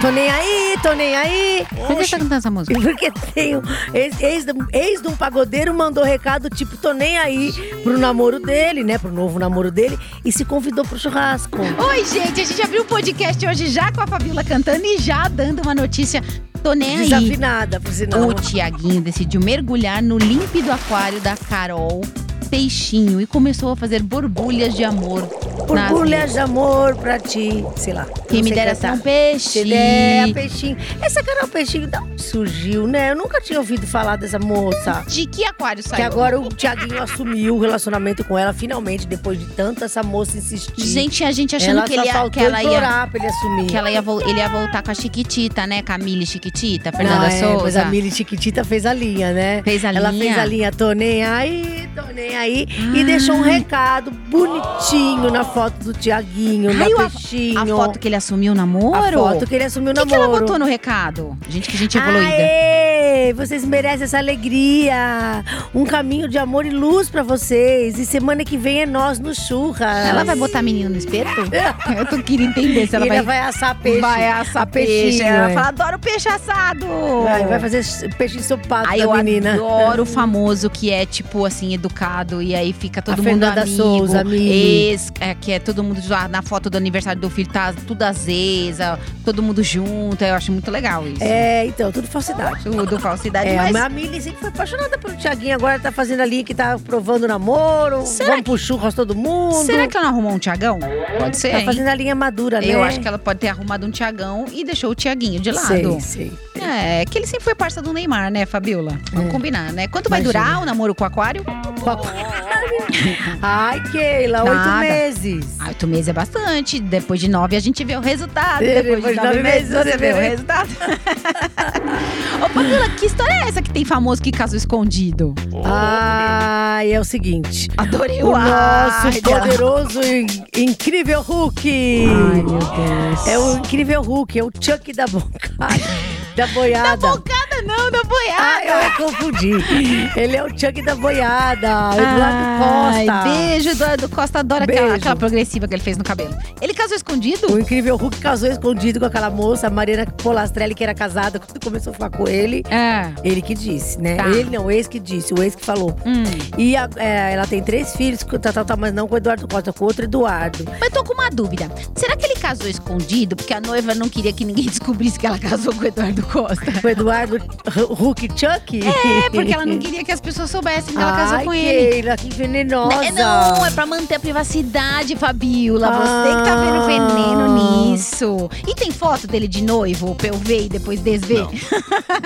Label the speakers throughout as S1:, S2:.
S1: Tô nem aí, tô nem aí.
S2: Por que você tá cantando essa música?
S1: Porque tenho. Ex, ex, ex de um pagodeiro mandou recado, tipo, tô nem aí pro namoro dele, né? Pro novo namoro dele. E se convidou pro churrasco.
S2: Oi, gente, a gente abriu o podcast hoje já com a Fabiola cantando e já dando uma notícia. Tô nem aí.
S1: Desafinada, por sinal.
S2: O Tiaguinho decidiu mergulhar no límpido aquário da Carol Peixinho e começou a fazer borbulhas de amor. nas
S1: Borbulhas de amor pra ti. Sei lá.
S2: Quem
S1: não
S2: me
S1: sei
S2: dera ser
S1: cantar.
S2: um peixe.
S1: Te der, peixinho. Essa Carol Peixinho, da onde surgiu, né? Eu nunca tinha ouvido falar dessa moça.
S2: De que aquário saiu?
S1: Que agora o Thiaguinho assumiu o relacionamento com ela, finalmente, depois de tanto essa moça insistir.
S2: Gente, a gente achando
S1: ela
S2: que,
S1: só
S2: ele ia, que
S1: faltou
S2: ela ia.
S1: implorar pra ele assumir.
S2: Que ela ia, vol- ele ia voltar com a Chiquitita, né? Camille Chiquitita,
S1: Não,
S2: Fernanda
S1: é,
S2: Souza.
S1: mas a Mili Chiquitita fez a linha, né?
S2: Fez a
S1: ela
S2: linha.
S1: fez a linha, tô nem aí, tô nem aí.
S2: Ah.
S1: E deixou um recado bonitinho na foto do Tiaguinho,
S2: Ai, o-
S1: da
S2: a
S1: Peixinho.
S2: A foto que ele assumiu o namoro?
S1: a foto que ele assumiu o
S2: que, que ela
S1: namoro.
S2: botou no recado? Gente, que gente evoluída.
S1: Aê, vocês merecem essa alegria. Um caminho de amor e luz pra vocês. E semana que vem é nós no Churras.
S2: Ela vai botar menino no espeto? Eu tô queria entender se
S1: E
S2: ela
S1: ainda vai
S2: vai,
S1: assar peixe.
S2: vai assar
S1: peixinho,
S2: peixe. né? Ela
S1: é.
S2: fala, adoro peixe assado.
S1: Vai, vai fazer s- peixe ensopado
S2: Aí
S1: pra
S2: eu
S1: menina.
S2: adoro o famoso que é, tipo, assim, educado. E aí fica todo
S1: A
S2: mundo
S1: Fernanda
S2: amigo.
S1: Souza, amigo.
S2: ex, é, que é todo mundo lá na foto do aniversário do filho, tá tudo azesa. Todo mundo junto. Eu acho muito legal isso.
S1: É, então, tudo falsidade.
S2: Tudo, falsidade.
S1: É,
S2: mas
S1: mas a Mili sempre foi apaixonada pelo Tiaguinho. Agora tá fazendo ali que tá provando o namoro.
S2: Será
S1: vamos pro churras todo mundo.
S2: será que ela não arrumou um Tiagão? Pode ser,
S1: Tá
S2: hein?
S1: fazendo a linha madura, né?
S2: Eu acho que ela pode ter arrumado um Tiagão e deixou o Tiaguinho de lado.
S1: Sei, sei.
S2: É, que ele sempre foi parça do Neymar, né, Fabiola? Vamos
S1: É.
S2: combinar, né? Quanto vai
S1: Imagina.
S2: durar o namoro com o Aquário?
S1: Ai, Keila,
S2: Ah. Nada.
S1: oito meses.
S2: Ah, oito meses é bastante. Depois de nove, a gente vê o resultado.
S1: É,
S2: Depois, de nove meses, você vê o resultado. Ô, Fabiola, que história é essa que tem famoso que casou escondido?
S1: Ai, é o seguinte.
S2: Adorei
S1: O
S2: o ar
S1: nosso
S2: dela.
S1: poderoso e incrível Hulk.
S2: Ai, meu Deus.
S1: É o incrível Hulk, é o Chuck da boca. da boiada.
S2: Bocada não, da boiada.
S1: Ah, eu confundi. Ele é o Chuck da boiada,
S2: Ai,
S1: Ah, Eduardo Costa.
S2: Beijo, Eduardo Costa. Adoro aquela,
S1: Beijo.
S2: aquela progressiva que ele fez no cabelo. Ele casou escondido?
S1: O incrível Hulk casou escondido com aquela moça, a Mariana Polastrelli, que era casada, quando começou a ficar com ele.
S2: É.
S1: Ele que disse, né?
S2: Tá.
S1: Ele não, o ex que disse, o ex que falou.
S2: Hum.
S1: E a- é, ela tem três filhos, com- tá, tá, tá, mas não com o Eduardo Costa, com outro Eduardo.
S2: Mas tô com uma dúvida. Será que ele casou escondido? Porque a noiva não queria que ninguém descobrisse que ela casou com o Eduardo Costa.
S1: Com o Eduardo Hu- Hulk Chuck?
S2: É, porque ela não queria que as pessoas soubessem que ela casou
S1: Ai,
S2: com ele.
S1: Keila, que venenosa.
S2: É, não, é pra manter a privacidade, Fabiola. Você que tá vendo veneno
S1: Ah.
S2: nisso. E tem foto dele de noivo, pra eu ver e depois desver?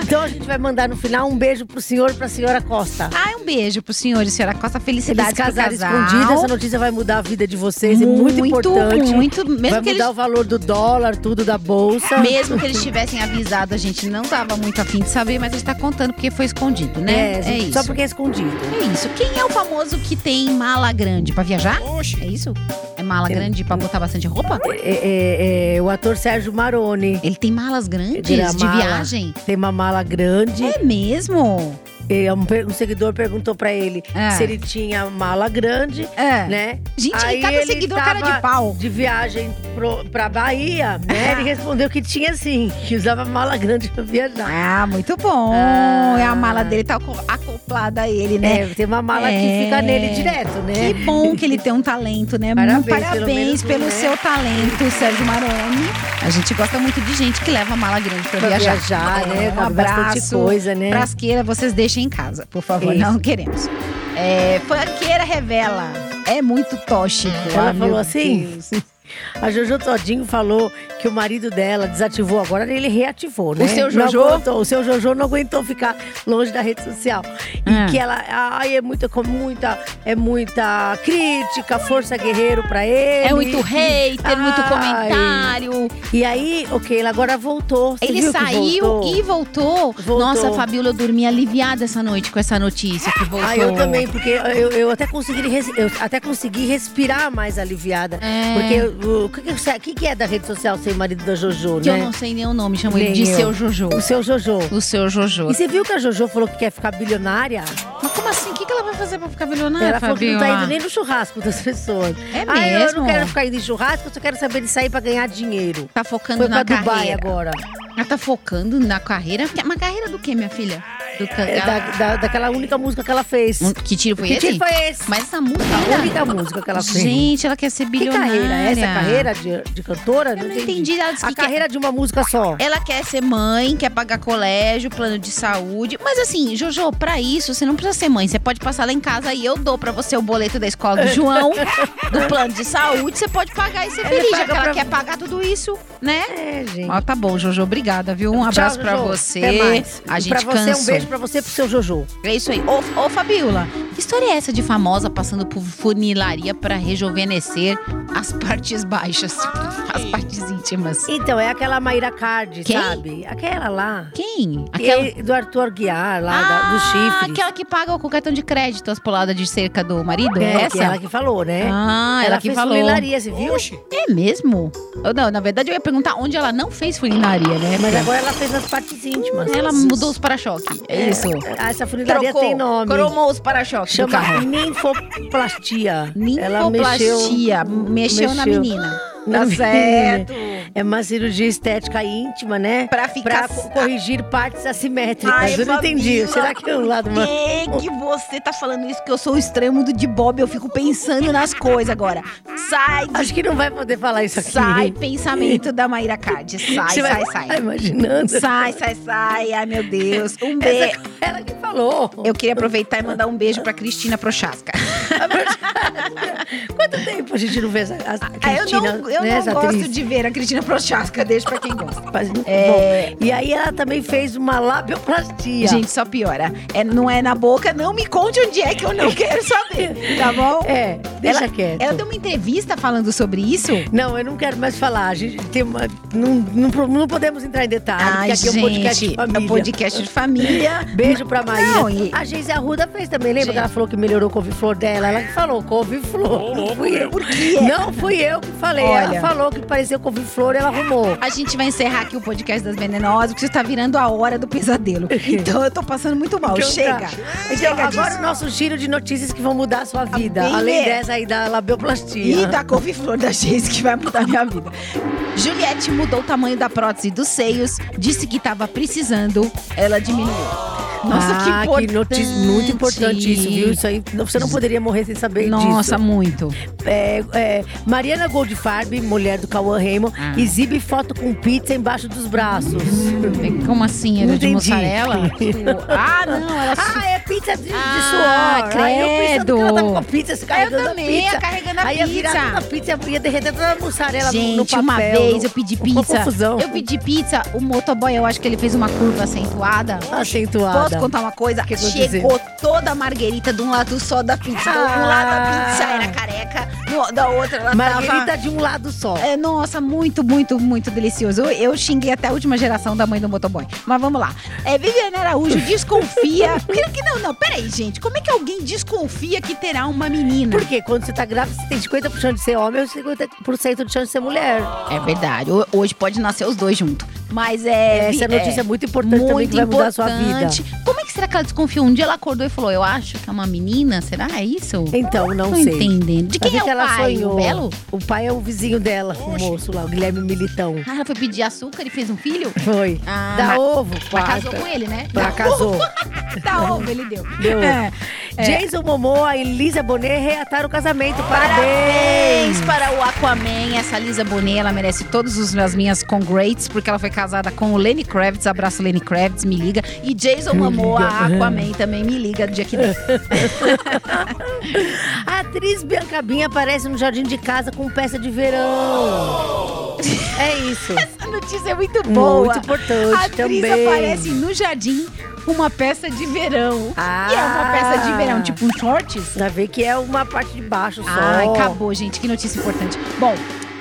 S1: Então a gente vai mandar no final um beijo pro senhor e pra senhora Costa.
S2: Ai, um beijo pro senhor e senhora Costa.
S1: Eles
S2: Felicidades pro
S1: casaram
S2: casal.
S1: escondido, essa notícia vai mudar a vida de vocês, é muito importante.
S2: Muito, mesmo
S1: vai
S2: que
S1: mudar
S2: eles
S1: o valor do dólar, tudo da bolsa.
S2: Mesmo que eles tivessem avisado, a gente não tava muito afim de saber, mas a gente tá contando porque foi escondido, né?
S1: É, gente,
S2: isso.
S1: só porque é escondido.
S2: É isso. Quem é o famoso que tem mala grande pra viajar? É isso? É mala
S1: Eu-
S2: grande pra botar bastante roupa?
S1: É, é, é, o ator Sérgio Maroni
S2: Ele tem malas grandes
S1: Ele é
S2: de
S1: mala.
S2: viagem?
S1: tem uma mala grande.
S2: É mesmo?
S1: É, Um, per- um seguidor perguntou pra ele
S2: É.
S1: se ele tinha mala grande,
S2: É.
S1: né?
S2: Gente,
S1: Aí
S2: cada
S1: ele
S2: seguidor
S1: tava-
S2: cara de pau.
S1: De viagem pro, pra Bahia,
S2: Ah.
S1: né? Ele respondeu que tinha sim, que usava mala grande pra viajar.
S2: Ah, muito bom.
S1: Ah.
S2: É A mala dele tá aco- acoplada a ele, né?
S1: É, tem uma mala
S2: É.
S1: que fica nele direto, né?
S2: Que bom que ele tem um talento, né?
S1: Parabéns,
S2: Muito parabéns
S1: pelo
S2: pelo
S1: menos, né?
S2: seu talento, Sérgio Maroni. A gente gosta muito de gente que leva mala grande pra,
S1: Pra
S2: viajar.
S1: viajar, né?
S2: É, Um
S1: Bastante
S2: abraço.
S1: coisa, né?
S2: Frasqueira, vocês deixem em casa, por favor.
S1: Isso.
S2: Não queremos. É, Funkeira revela. É muito tóxico.
S1: Ela
S2: Ah, meu
S1: falou assim?
S2: Deus.
S1: A Jojo Todinho falou que o marido dela desativou agora, ele reativou, né?
S2: O seu
S1: Não
S2: Jojo?
S1: aguentou, o seu Jojo não aguentou ficar longe da rede social. E
S2: Ah.
S1: que ela, ai, é muita, com muita, é muita crítica, força guerreiro pra ele.
S2: É muito hater, muito
S1: Ai.
S2: comentário.
S1: E aí, ok, ela agora voltou. Você
S2: Ele
S1: viu que
S2: saiu
S1: voltou?
S2: e voltou.
S1: Voltou.
S2: Nossa, Fabiola, eu dormi aliviada essa noite com essa notícia que voltou.
S1: Ah, eu também, porque eu, eu até, consegui, res- eu até consegui respirar mais aliviada.
S2: É.
S1: Porque o o que, que, você- o que que é da rede social ser o marido da Jojo,
S2: Que eu
S1: né?
S2: não sei nem o nome, chamo ele
S1: Nem
S2: de
S1: eu.
S2: seu Jojo.
S1: O seu Jojo.
S2: O seu Jojo.
S1: E você viu que a Jojo falou que quer ficar bilionária?
S2: Mas como assim? O que que ela vai fazer pra ficar milionária,
S1: Ela falou que não tá
S2: Ah, Fabiola?
S1: indo nem no churrasco das pessoas.
S2: É
S1: Ah, eu
S2: mesmo?
S1: não quero ficar indo em churrasco, eu só quero saber de sair pra ganhar dinheiro.
S2: Tá focando
S1: Foi
S2: na
S1: pra Dubai
S2: carreira.
S1: agora.
S2: Ela tá focando na carreira. Mas carreira do quê, minha filha? Do can...
S1: É,
S2: ela-
S1: da, da- daquela única música que ela fez.
S2: Um- Que tiro foi
S1: que
S2: esse?
S1: tipo foi esse?
S2: Mas essa música.
S1: A única música que ela fez.
S2: Gente, ela quer ser
S1: que
S2: bilionária.
S1: carreira? é Essa carreira de, de cantora?
S2: Eu não entendi nada disso.
S1: A
S2: que é?
S1: carreira de uma música só.
S2: Ela quer ser mãe, quer pagar colégio, plano de saúde. Mas assim, Jojo, pra isso, você não precisa ser mãe. Você pode passar lá em casa e eu dou pra você o boleto da escola do João, do plano de saúde. Você pode pagar e ser
S1: Ele
S2: feliz, já
S1: paga
S2: que ela
S1: pra-
S2: quer pagar tudo isso, né?
S1: É, gente.
S2: Ó, tá bom, Jojo, obrigada, viu? Um abraço
S1: Tchau,
S2: pra
S1: Jojo.
S2: você.
S1: Até mais.
S2: A
S1: E
S2: gente
S1: pra você,
S2: cansou.
S1: um beijo pra você e pro seu Jojo.
S2: É isso aí. Ô, ô Fabiola, que história é essa de famosa passando por funilaria pra rejuvenescer as partes baixas, as partes íntimas?
S1: Então, é aquela Mayra Card,
S2: Quem?
S1: sabe? Aquela lá.
S2: Quem?
S1: E- Do Arthur Aguiar, lá, da- do chifre.
S2: Ah, Aquela que paga com o cartão de crédito as poladas de cerca do marido?
S1: É,
S2: essa?
S1: que ela que falou, né?
S2: Ah, ela, que
S1: fez
S2: falou.
S1: funilaria, você viu?
S2: É mesmo? Eu, não, na verdade eu ia perguntar onde ela não fez funilaria, né?
S1: Mas agora ela fez as partes íntimas.
S2: ela mudou os para-choque. É isso.
S1: Ah, Essa funilaria tem nome.
S2: cromou os para-choque do
S1: Chama
S2: carro.
S1: ninfoplastia. Ela mexeu,
S2: Ninfoplastia. Mexeu, na
S1: mexeu.
S2: menina.
S1: na
S2: Tá
S1: pele.
S2: certo.
S1: É uma cirurgia estética íntima, né?
S2: Pra
S1: Pra
S2: ficar...
S1: co- corrigir partes assimétricas.
S2: Ai,
S1: eu não entendi.
S2: Fabiola,
S1: Será que é um lado
S2: Por
S1: uma...
S2: que que você tá falando isso? Que eu sou o extremo do de Bob, eu fico pensando nas coisas agora. Sai,
S1: Acho que não vai poder falar isso aqui.
S2: sai, pensamento da Maíra Card. Sai,
S1: Você
S2: sai,
S1: vai
S2: sai.
S1: ficar imaginando.
S2: Sai, sai, sai. Ai, meu Deus. Um
S1: Essa...
S2: beijo.
S1: é Ela que falou.
S2: Eu queria aproveitar e mandar um beijo pra Cristina Prochaska.
S1: Quanto tempo a gente não vê essa a
S2: Ah, eu
S1: Cristina,
S2: não, eu
S1: né,
S2: não
S1: essa
S2: gosto
S1: atriz?
S2: de ver a Cristina Prochaska, deixa pra quem gosta.
S1: Mas muito
S2: É.
S1: bom. E aí ela também fez uma labioplastia.
S2: Gente, só piora. É, não é na boca, não me conte onde é que eu não quero saber, tá bom?
S1: É, deixa
S2: ela,
S1: quieto.
S2: Ela deu uma entrevista falando sobre isso?
S1: Não, eu não quero mais falar. A gente tem uma. Não, não, não podemos entrar em detalhes, porque aqui é um podcast de
S2: é um
S1: família.
S2: podcast de família.
S1: Beijo pra Maíra.
S2: Não, e-
S1: A Geise Arruda fez também. Lembra
S2: Gente.
S1: que ela falou que melhorou o couve-flor dela? Ela que falou couve-flor. Não fui eu.
S2: Por quê?
S1: Não fui eu que falei.
S2: Olha.
S1: Ela falou que pareceu couve-flor e ela arrumou.
S2: A gente vai encerrar aqui o podcast das Venenosas, porque você tá virando a hora do pesadelo. Então eu tô passando muito mal.
S1: Então tá.
S2: Chega!
S1: Então,
S2: Chega
S1: agora
S2: disso.
S1: o nosso giro de notícias que vão mudar a sua vida.
S2: bem
S1: além
S2: é.
S1: dessa aí da labioplastia.
S2: E da couve-flor da Geise que vai mudar minha vida. Juliette mudou o tamanho da prótese dos seios, disse que tava precisando, ela diminuiu. Nossa,
S1: Ah,
S2: que importante.
S1: notícia muito importante isso, viu? Isso aí, você não poderia morrer sem saber disso.
S2: Nossa, muito.
S1: É, é, Mariana Goldfarb, mulher do Cauã Raymond,
S2: Ah.
S1: exibe foto com pizza embaixo dos braços.
S2: Como assim? Era
S1: Não
S2: de
S1: entendi.
S2: mussarela? ah, não, ela
S1: Ah, é pizza de, de
S2: Ah,
S1: suor. Aí eu pensando que ela tava com a pizza, se
S2: Ah, eu
S1: carregando
S2: também,
S1: a pizza.
S2: carregando a
S1: Aí ia virar
S2: pizza.
S1: toda a pizza, ia derreter toda a mussarela no-
S2: Gente,
S1: no papel.
S2: uma vez eu pedi
S1: uma
S2: pizza.
S1: confusão.
S2: Eu pedi pizza, o motoboy, eu acho que ele fez uma curva acentuada. Posso
S1: Acentuada.
S2: contar uma coisa?
S1: Que que eu
S2: Chegou toda a marguerita de um lado só da pizza.
S1: Ah.
S2: Um lado a pizza era careca, no- da outra ela
S1: Margarita
S2: tava...
S1: de um lado só.
S2: É, nossa, muito, muito, muito delicioso. Eu, eu xinguei até a última geração da mãe do motoboy. Mas vamos lá. É, Viviane Araújo desconfia. Primeiro que não, não, peraí, gente. Como é que alguém desconfia que terá uma menina?
S1: Por quê? Quando você tá grávida, você tem 50% de ser homem e 50% de chance de ser mulher.
S2: É verdade. Ho- Hoje pode nascer os dois juntos. Mas é.
S1: Essa é
S2: vi-
S1: notícia muito importante também, que vai mudar a sua vida.
S2: Como é que será que ela desconfiou? Um dia ela acordou e falou: Eu acho que é uma menina? Será? É isso?
S1: Então, não
S2: Tô
S1: sei.
S2: entendendo. De
S1: Mas
S2: quem é
S1: que
S2: o pai? O Belo?
S1: O pai é o vizinho dela, o moço lá, o Guilherme Militão.
S2: Ah, ela foi pedir açúcar e fez um filho?
S1: Foi.
S2: Ah,
S1: Dá
S2: mas-
S1: ovo,
S2: Mas
S1: pata.
S2: casou com ele, né?
S1: Pra casou.
S2: Dá ovo, ele deu.
S1: Deu.
S2: É.
S1: Jason Momoa e Lisa Bonet reataram o casamento. Parabéns!
S2: Parabéns para o Aquaman. Essa Lisa Bonet, ela merece todos os as minhas congrates, porque ela foi casada com o Lenny Kravitz. Abraço, Lenny Kravitz, me liga. E Jason Momoa, Aquaman, também me liga do dia que
S1: É.
S2: der.
S1: A atriz Bianca Binha aparece no jardim de casa com peça de verão. É isso.
S2: Essa notícia é muito Oh! boa.
S1: Muito importante
S2: A atriz
S1: também.
S2: aparece no jardim com uma peça de verão.
S1: Ah.
S2: E é uma peça de verão, tipo um shorts?
S1: Dá ver que é uma parte de baixo só.
S2: Ai, acabou, gente. Que notícia importante. Bom,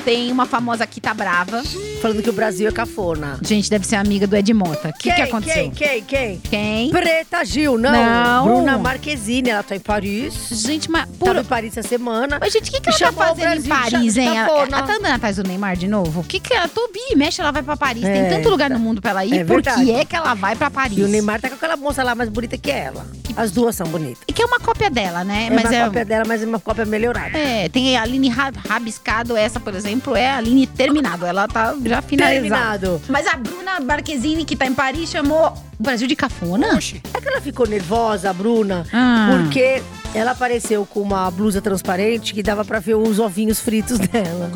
S2: tem uma famosa que tá brava.
S1: Falando que o Brasil é cafona.
S2: Gente, deve ser amiga do Ed Mota. O que, que aconteceu?
S1: Quem, quem, quem?
S2: Quem?
S1: Preta Gil, não.
S2: Não.
S1: Bruna Marquezine, ela tá em Paris.
S2: Gente, mas
S1: Tava
S2: por...
S1: em Paris essa semana.
S2: Mas, gente, o que, que ela
S1: Tá Chamou
S2: tá
S1: o
S2: fazendo em
S1: Brasil,
S2: Paris,
S1: já-
S2: hein? Ela,
S1: tapou, não.
S2: ela tá andando atrás do Neymar de novo? O que que ela... Tobi, mexe, ela vai pra Paris.
S1: É,
S2: Tem tanto lugar no mundo pra ela ir.
S1: é
S2: por que
S1: verdade.
S2: é que ela vai pra Paris?
S1: E o Neymar tá com aquela moça lá mais bonita que ela. As duas são bonitas.
S2: E que é uma cópia dela, né?
S1: É
S2: mas
S1: uma
S2: é...
S1: cópia dela, mas é uma cópia melhorada.
S2: É, tem a Aline Ra- Rabiscado, essa, por exemplo, é a Aline Terminado. Ela tá já finalizada.
S1: Terminado.
S2: Mas a Bruna Marquezine, que tá em Paris, chamou o Brasil de cafona?
S1: É que ela ficou nervosa, a Bruna,
S2: Ah.
S1: porque ela apareceu com uma blusa transparente que dava pra ver os ovinhos fritos dela.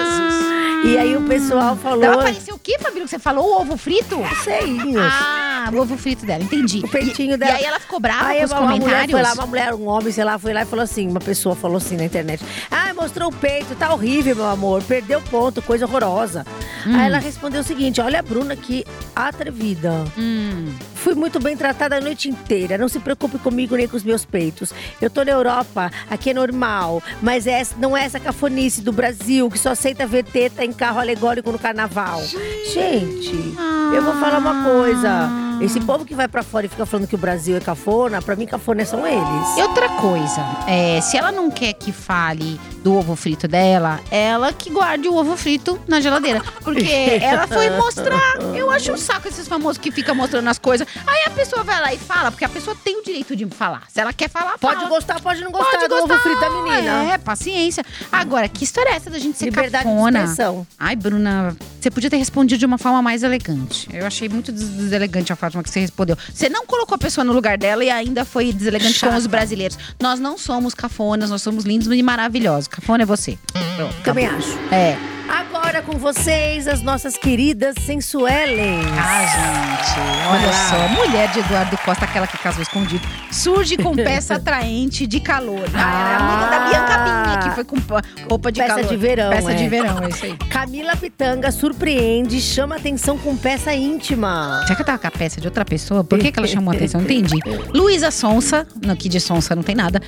S2: Ah.
S1: E aí o pessoal falou.
S2: Dava pra aparecer o quê, Fabílio, que você falou? O ovo frito?
S1: Seinhos.
S2: Ah, o ovo frito dela, entendi.
S1: O peitinho
S2: e,
S1: dela.
S2: E aí ela ficou brava
S1: Aí
S2: com os
S1: uma, uma mulher
S2: comentários?
S1: foi lá, uma mulher, um homem, sei lá, foi lá e falou assim, uma pessoa falou assim na internet. Ah, mostrou o peito, tá horrível, meu amor. Perdeu ponto, coisa horrorosa.
S2: Hum.
S1: Aí ela respondeu o seguinte, olha a Bruna que atrevida.
S2: Hum.
S1: Fui muito bem tratada a noite inteira. Não se preocupe comigo nem com os meus peitos. Eu tô na Europa, aqui é normal. Mas essa, não é essa cafonice do Brasil que só aceita ver teta em carro alegórico no carnaval. Gente, eu vou falar uma coisa. Esse
S2: Ah.
S1: povo que vai pra fora e fica falando que o Brasil é cafona, pra mim cafona são eles.
S2: E outra coisa, é, se ela não quer que fale do ovo frito dela, ela que guarde o ovo frito na geladeira. Porque ela foi mostrar. Eu acho um saco esses famosos que ficam mostrando as coisas. Aí a pessoa vai lá e fala, porque a pessoa tem o direito de falar. Se ela quer falar,
S1: Pode
S2: fala.
S1: gostar, pode não gostar do ovo frito da menina.
S2: É, paciência. Agora, que história é essa da gente ser
S1: Liberdade de
S2: cafona?
S1: expressão.
S2: Ai, Bruna, você podia ter respondido de uma forma mais elegante. Eu achei muito des- deselegante a forma que você respondeu. Você não colocou a pessoa no lugar dela e ainda foi deselegante com
S1: Chata.
S2: os brasileiros. Nós não somos cafonas, nós somos lindos e maravilhosos. Cafona é você. Pronto,
S1: Também
S2: acabou.
S1: acho.
S2: É.
S1: Agora com vocês, as nossas queridas sensuelens.
S2: Ah, gente,
S1: Vai
S2: olha
S1: lá.
S2: só. Mulher de Eduardo Costa, aquela que casou escondido, surge com peça atraente de calor. Ah, era a amiga da Bianca Binha, que foi com pa- roupa de
S1: Peça
S2: calor.
S1: de verão,
S2: Peça de
S1: é.
S2: verão, é isso aí.
S1: Camila Pitanga surpreende, e chama atenção com peça íntima.
S2: Já que eu tava com a peça de outra pessoa, por que, que ela chamou a atenção? Entendi. Luísa Sonsa, não, que de Sonsa não tem nada.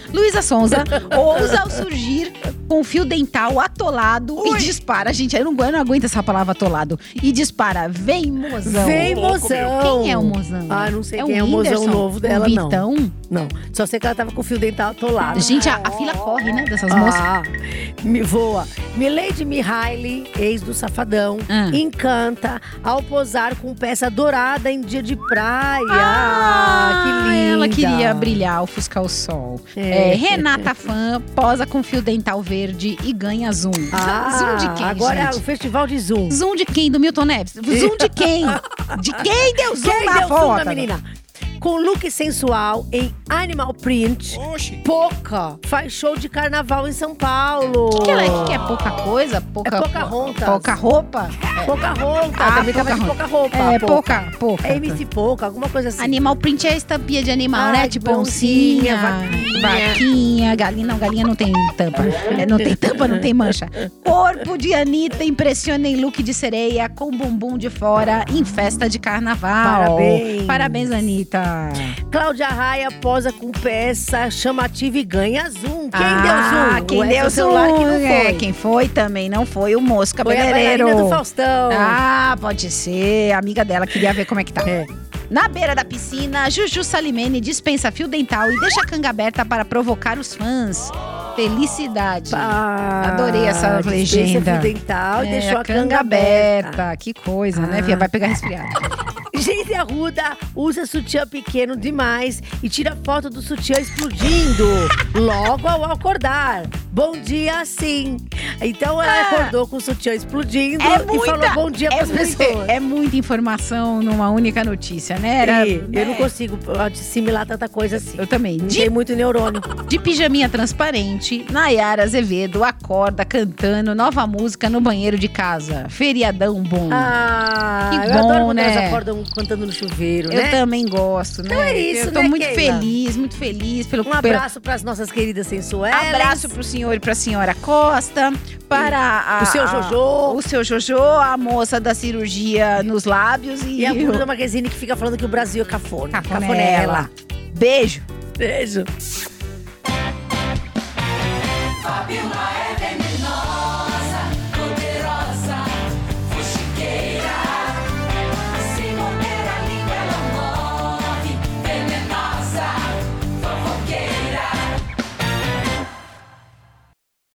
S2: Luísa Sonsa ousa ao surgir com fio dental atolado e dispara. Gente, eu não, eu não aguento essa palavra atolado. E dispara. Vem, mozão.
S1: Vem, mozão!
S2: Quem é o mozão?
S1: Ah, não sei quem é o mozão
S2: Whindersson?
S1: novo dela,
S2: o
S1: não.
S2: Vitão?
S1: Não, só sei que ela tava com o fio dental atolado.
S2: Gente, a, a fila corre, né, dessas moças.
S1: Ah, me voa. Milady Mihaly, ex do Safadão,
S2: Ah.
S1: encanta ao posar com peça dourada em dia de praia. Ah, que linda.
S2: Ah, Ela queria brilhar, ofuscar o sol. É, Renata Fã posa com fio dental verde e ganha zoom.
S1: Ah,
S2: zoom de quem,
S1: agora é
S2: gente?
S1: o festival de Zoom.
S2: Zoom de quem? Do Milton Neves? Zoom de quem? De quem deu zoom
S1: Quem
S2: na
S1: deu
S2: foto?
S1: zoom na menina? Com look sensual em Animal Print, Poca faz show de carnaval em São Paulo.
S2: Que ela é, que é pouca coisa? Pouca,
S1: É Pocahontas.
S2: Pouca roupa?
S1: Pouca roupa,
S2: Ah,
S1: também tava de pouca roupa.
S2: Pocahontas. É,
S1: Poca.
S2: pouca, pouca.
S1: É MC Pouca, alguma coisa assim.
S2: Animal print é a estampinha de animal,
S1: Ah,
S2: né?
S1: de
S2: Tipo oncinha,
S1: vaquinha.
S2: vaquinha, galinha. Não, galinha não tem tampa. É, não tem tampa, não tem mancha. Corpo de Anitta impressiona em look de sereia com bumbum de fora em festa de carnaval.
S1: Parabéns.
S2: Parabéns, Anitta.
S1: Cláudia Raia posa com peça chamativa e ganha zoom. Quem
S2: Ah,
S1: deu zoom?
S2: Quem
S1: Ué,
S2: deu
S1: seu celular
S2: zoom?
S1: que não foi.
S2: É, quem foi também não foi o Mosca
S1: Foi a
S2: Bereiro.
S1: bailarina do Faustão.
S2: Ah, pode ser. A amiga dela queria ver como é que tá.
S1: É.
S2: Na beira da piscina, Juju Salimene dispensa fio dental e deixa a canga aberta para provocar os fãs. Felicidade.
S1: Ah,
S2: Adorei essa
S1: dispensa
S2: legenda.
S1: fio dental e
S2: É,
S1: deixou
S2: a canga aberta. Que coisa, né,
S1: Ah.
S2: Fia? Vai pegar resfriado.
S1: Geise Arruda usa sutiã pequeno demais e tira foto do sutiã explodindo logo ao acordar. Bom dia, sim. Então ela acordou com o sutiã explodindo
S2: Ah. É
S1: e
S2: muita-
S1: falou bom dia para
S2: É
S1: as
S2: muita,
S1: pessoas.
S2: é muita informação numa única notícia, né? Era-
S1: E É, eu não consigo assimilar tanta coisa assim.
S2: Eu também.
S1: Não
S2: De
S1: tem muito neurônio.
S2: De pijaminha transparente, Nayara Azevedo acorda cantando nova música no banheiro de casa. Feriadão bom.
S1: Ah,
S2: Hum. Que
S1: eu adoro
S2: bom,
S1: quando
S2: né?
S1: elas acordam cantando no chuveiro,
S2: Eu
S1: né?
S2: também gosto, né? Então
S1: é isso,
S2: Eu tô
S1: né,
S2: muito
S1: Keila?
S2: feliz, muito feliz pelo
S1: Um abraço para as nossas queridas sensuais.
S2: Pelo... Abraço pro senhor e pra senhora Costa, para a,
S1: O seu
S2: a-
S1: Jojo.
S2: o seu Jojo, a moça da cirurgia nos lábios e,
S1: E a
S2: o-
S1: Bruna Marquezine que fica falando que o Brasil é cafona.
S2: Cafonela. Beijo.
S1: Beijo.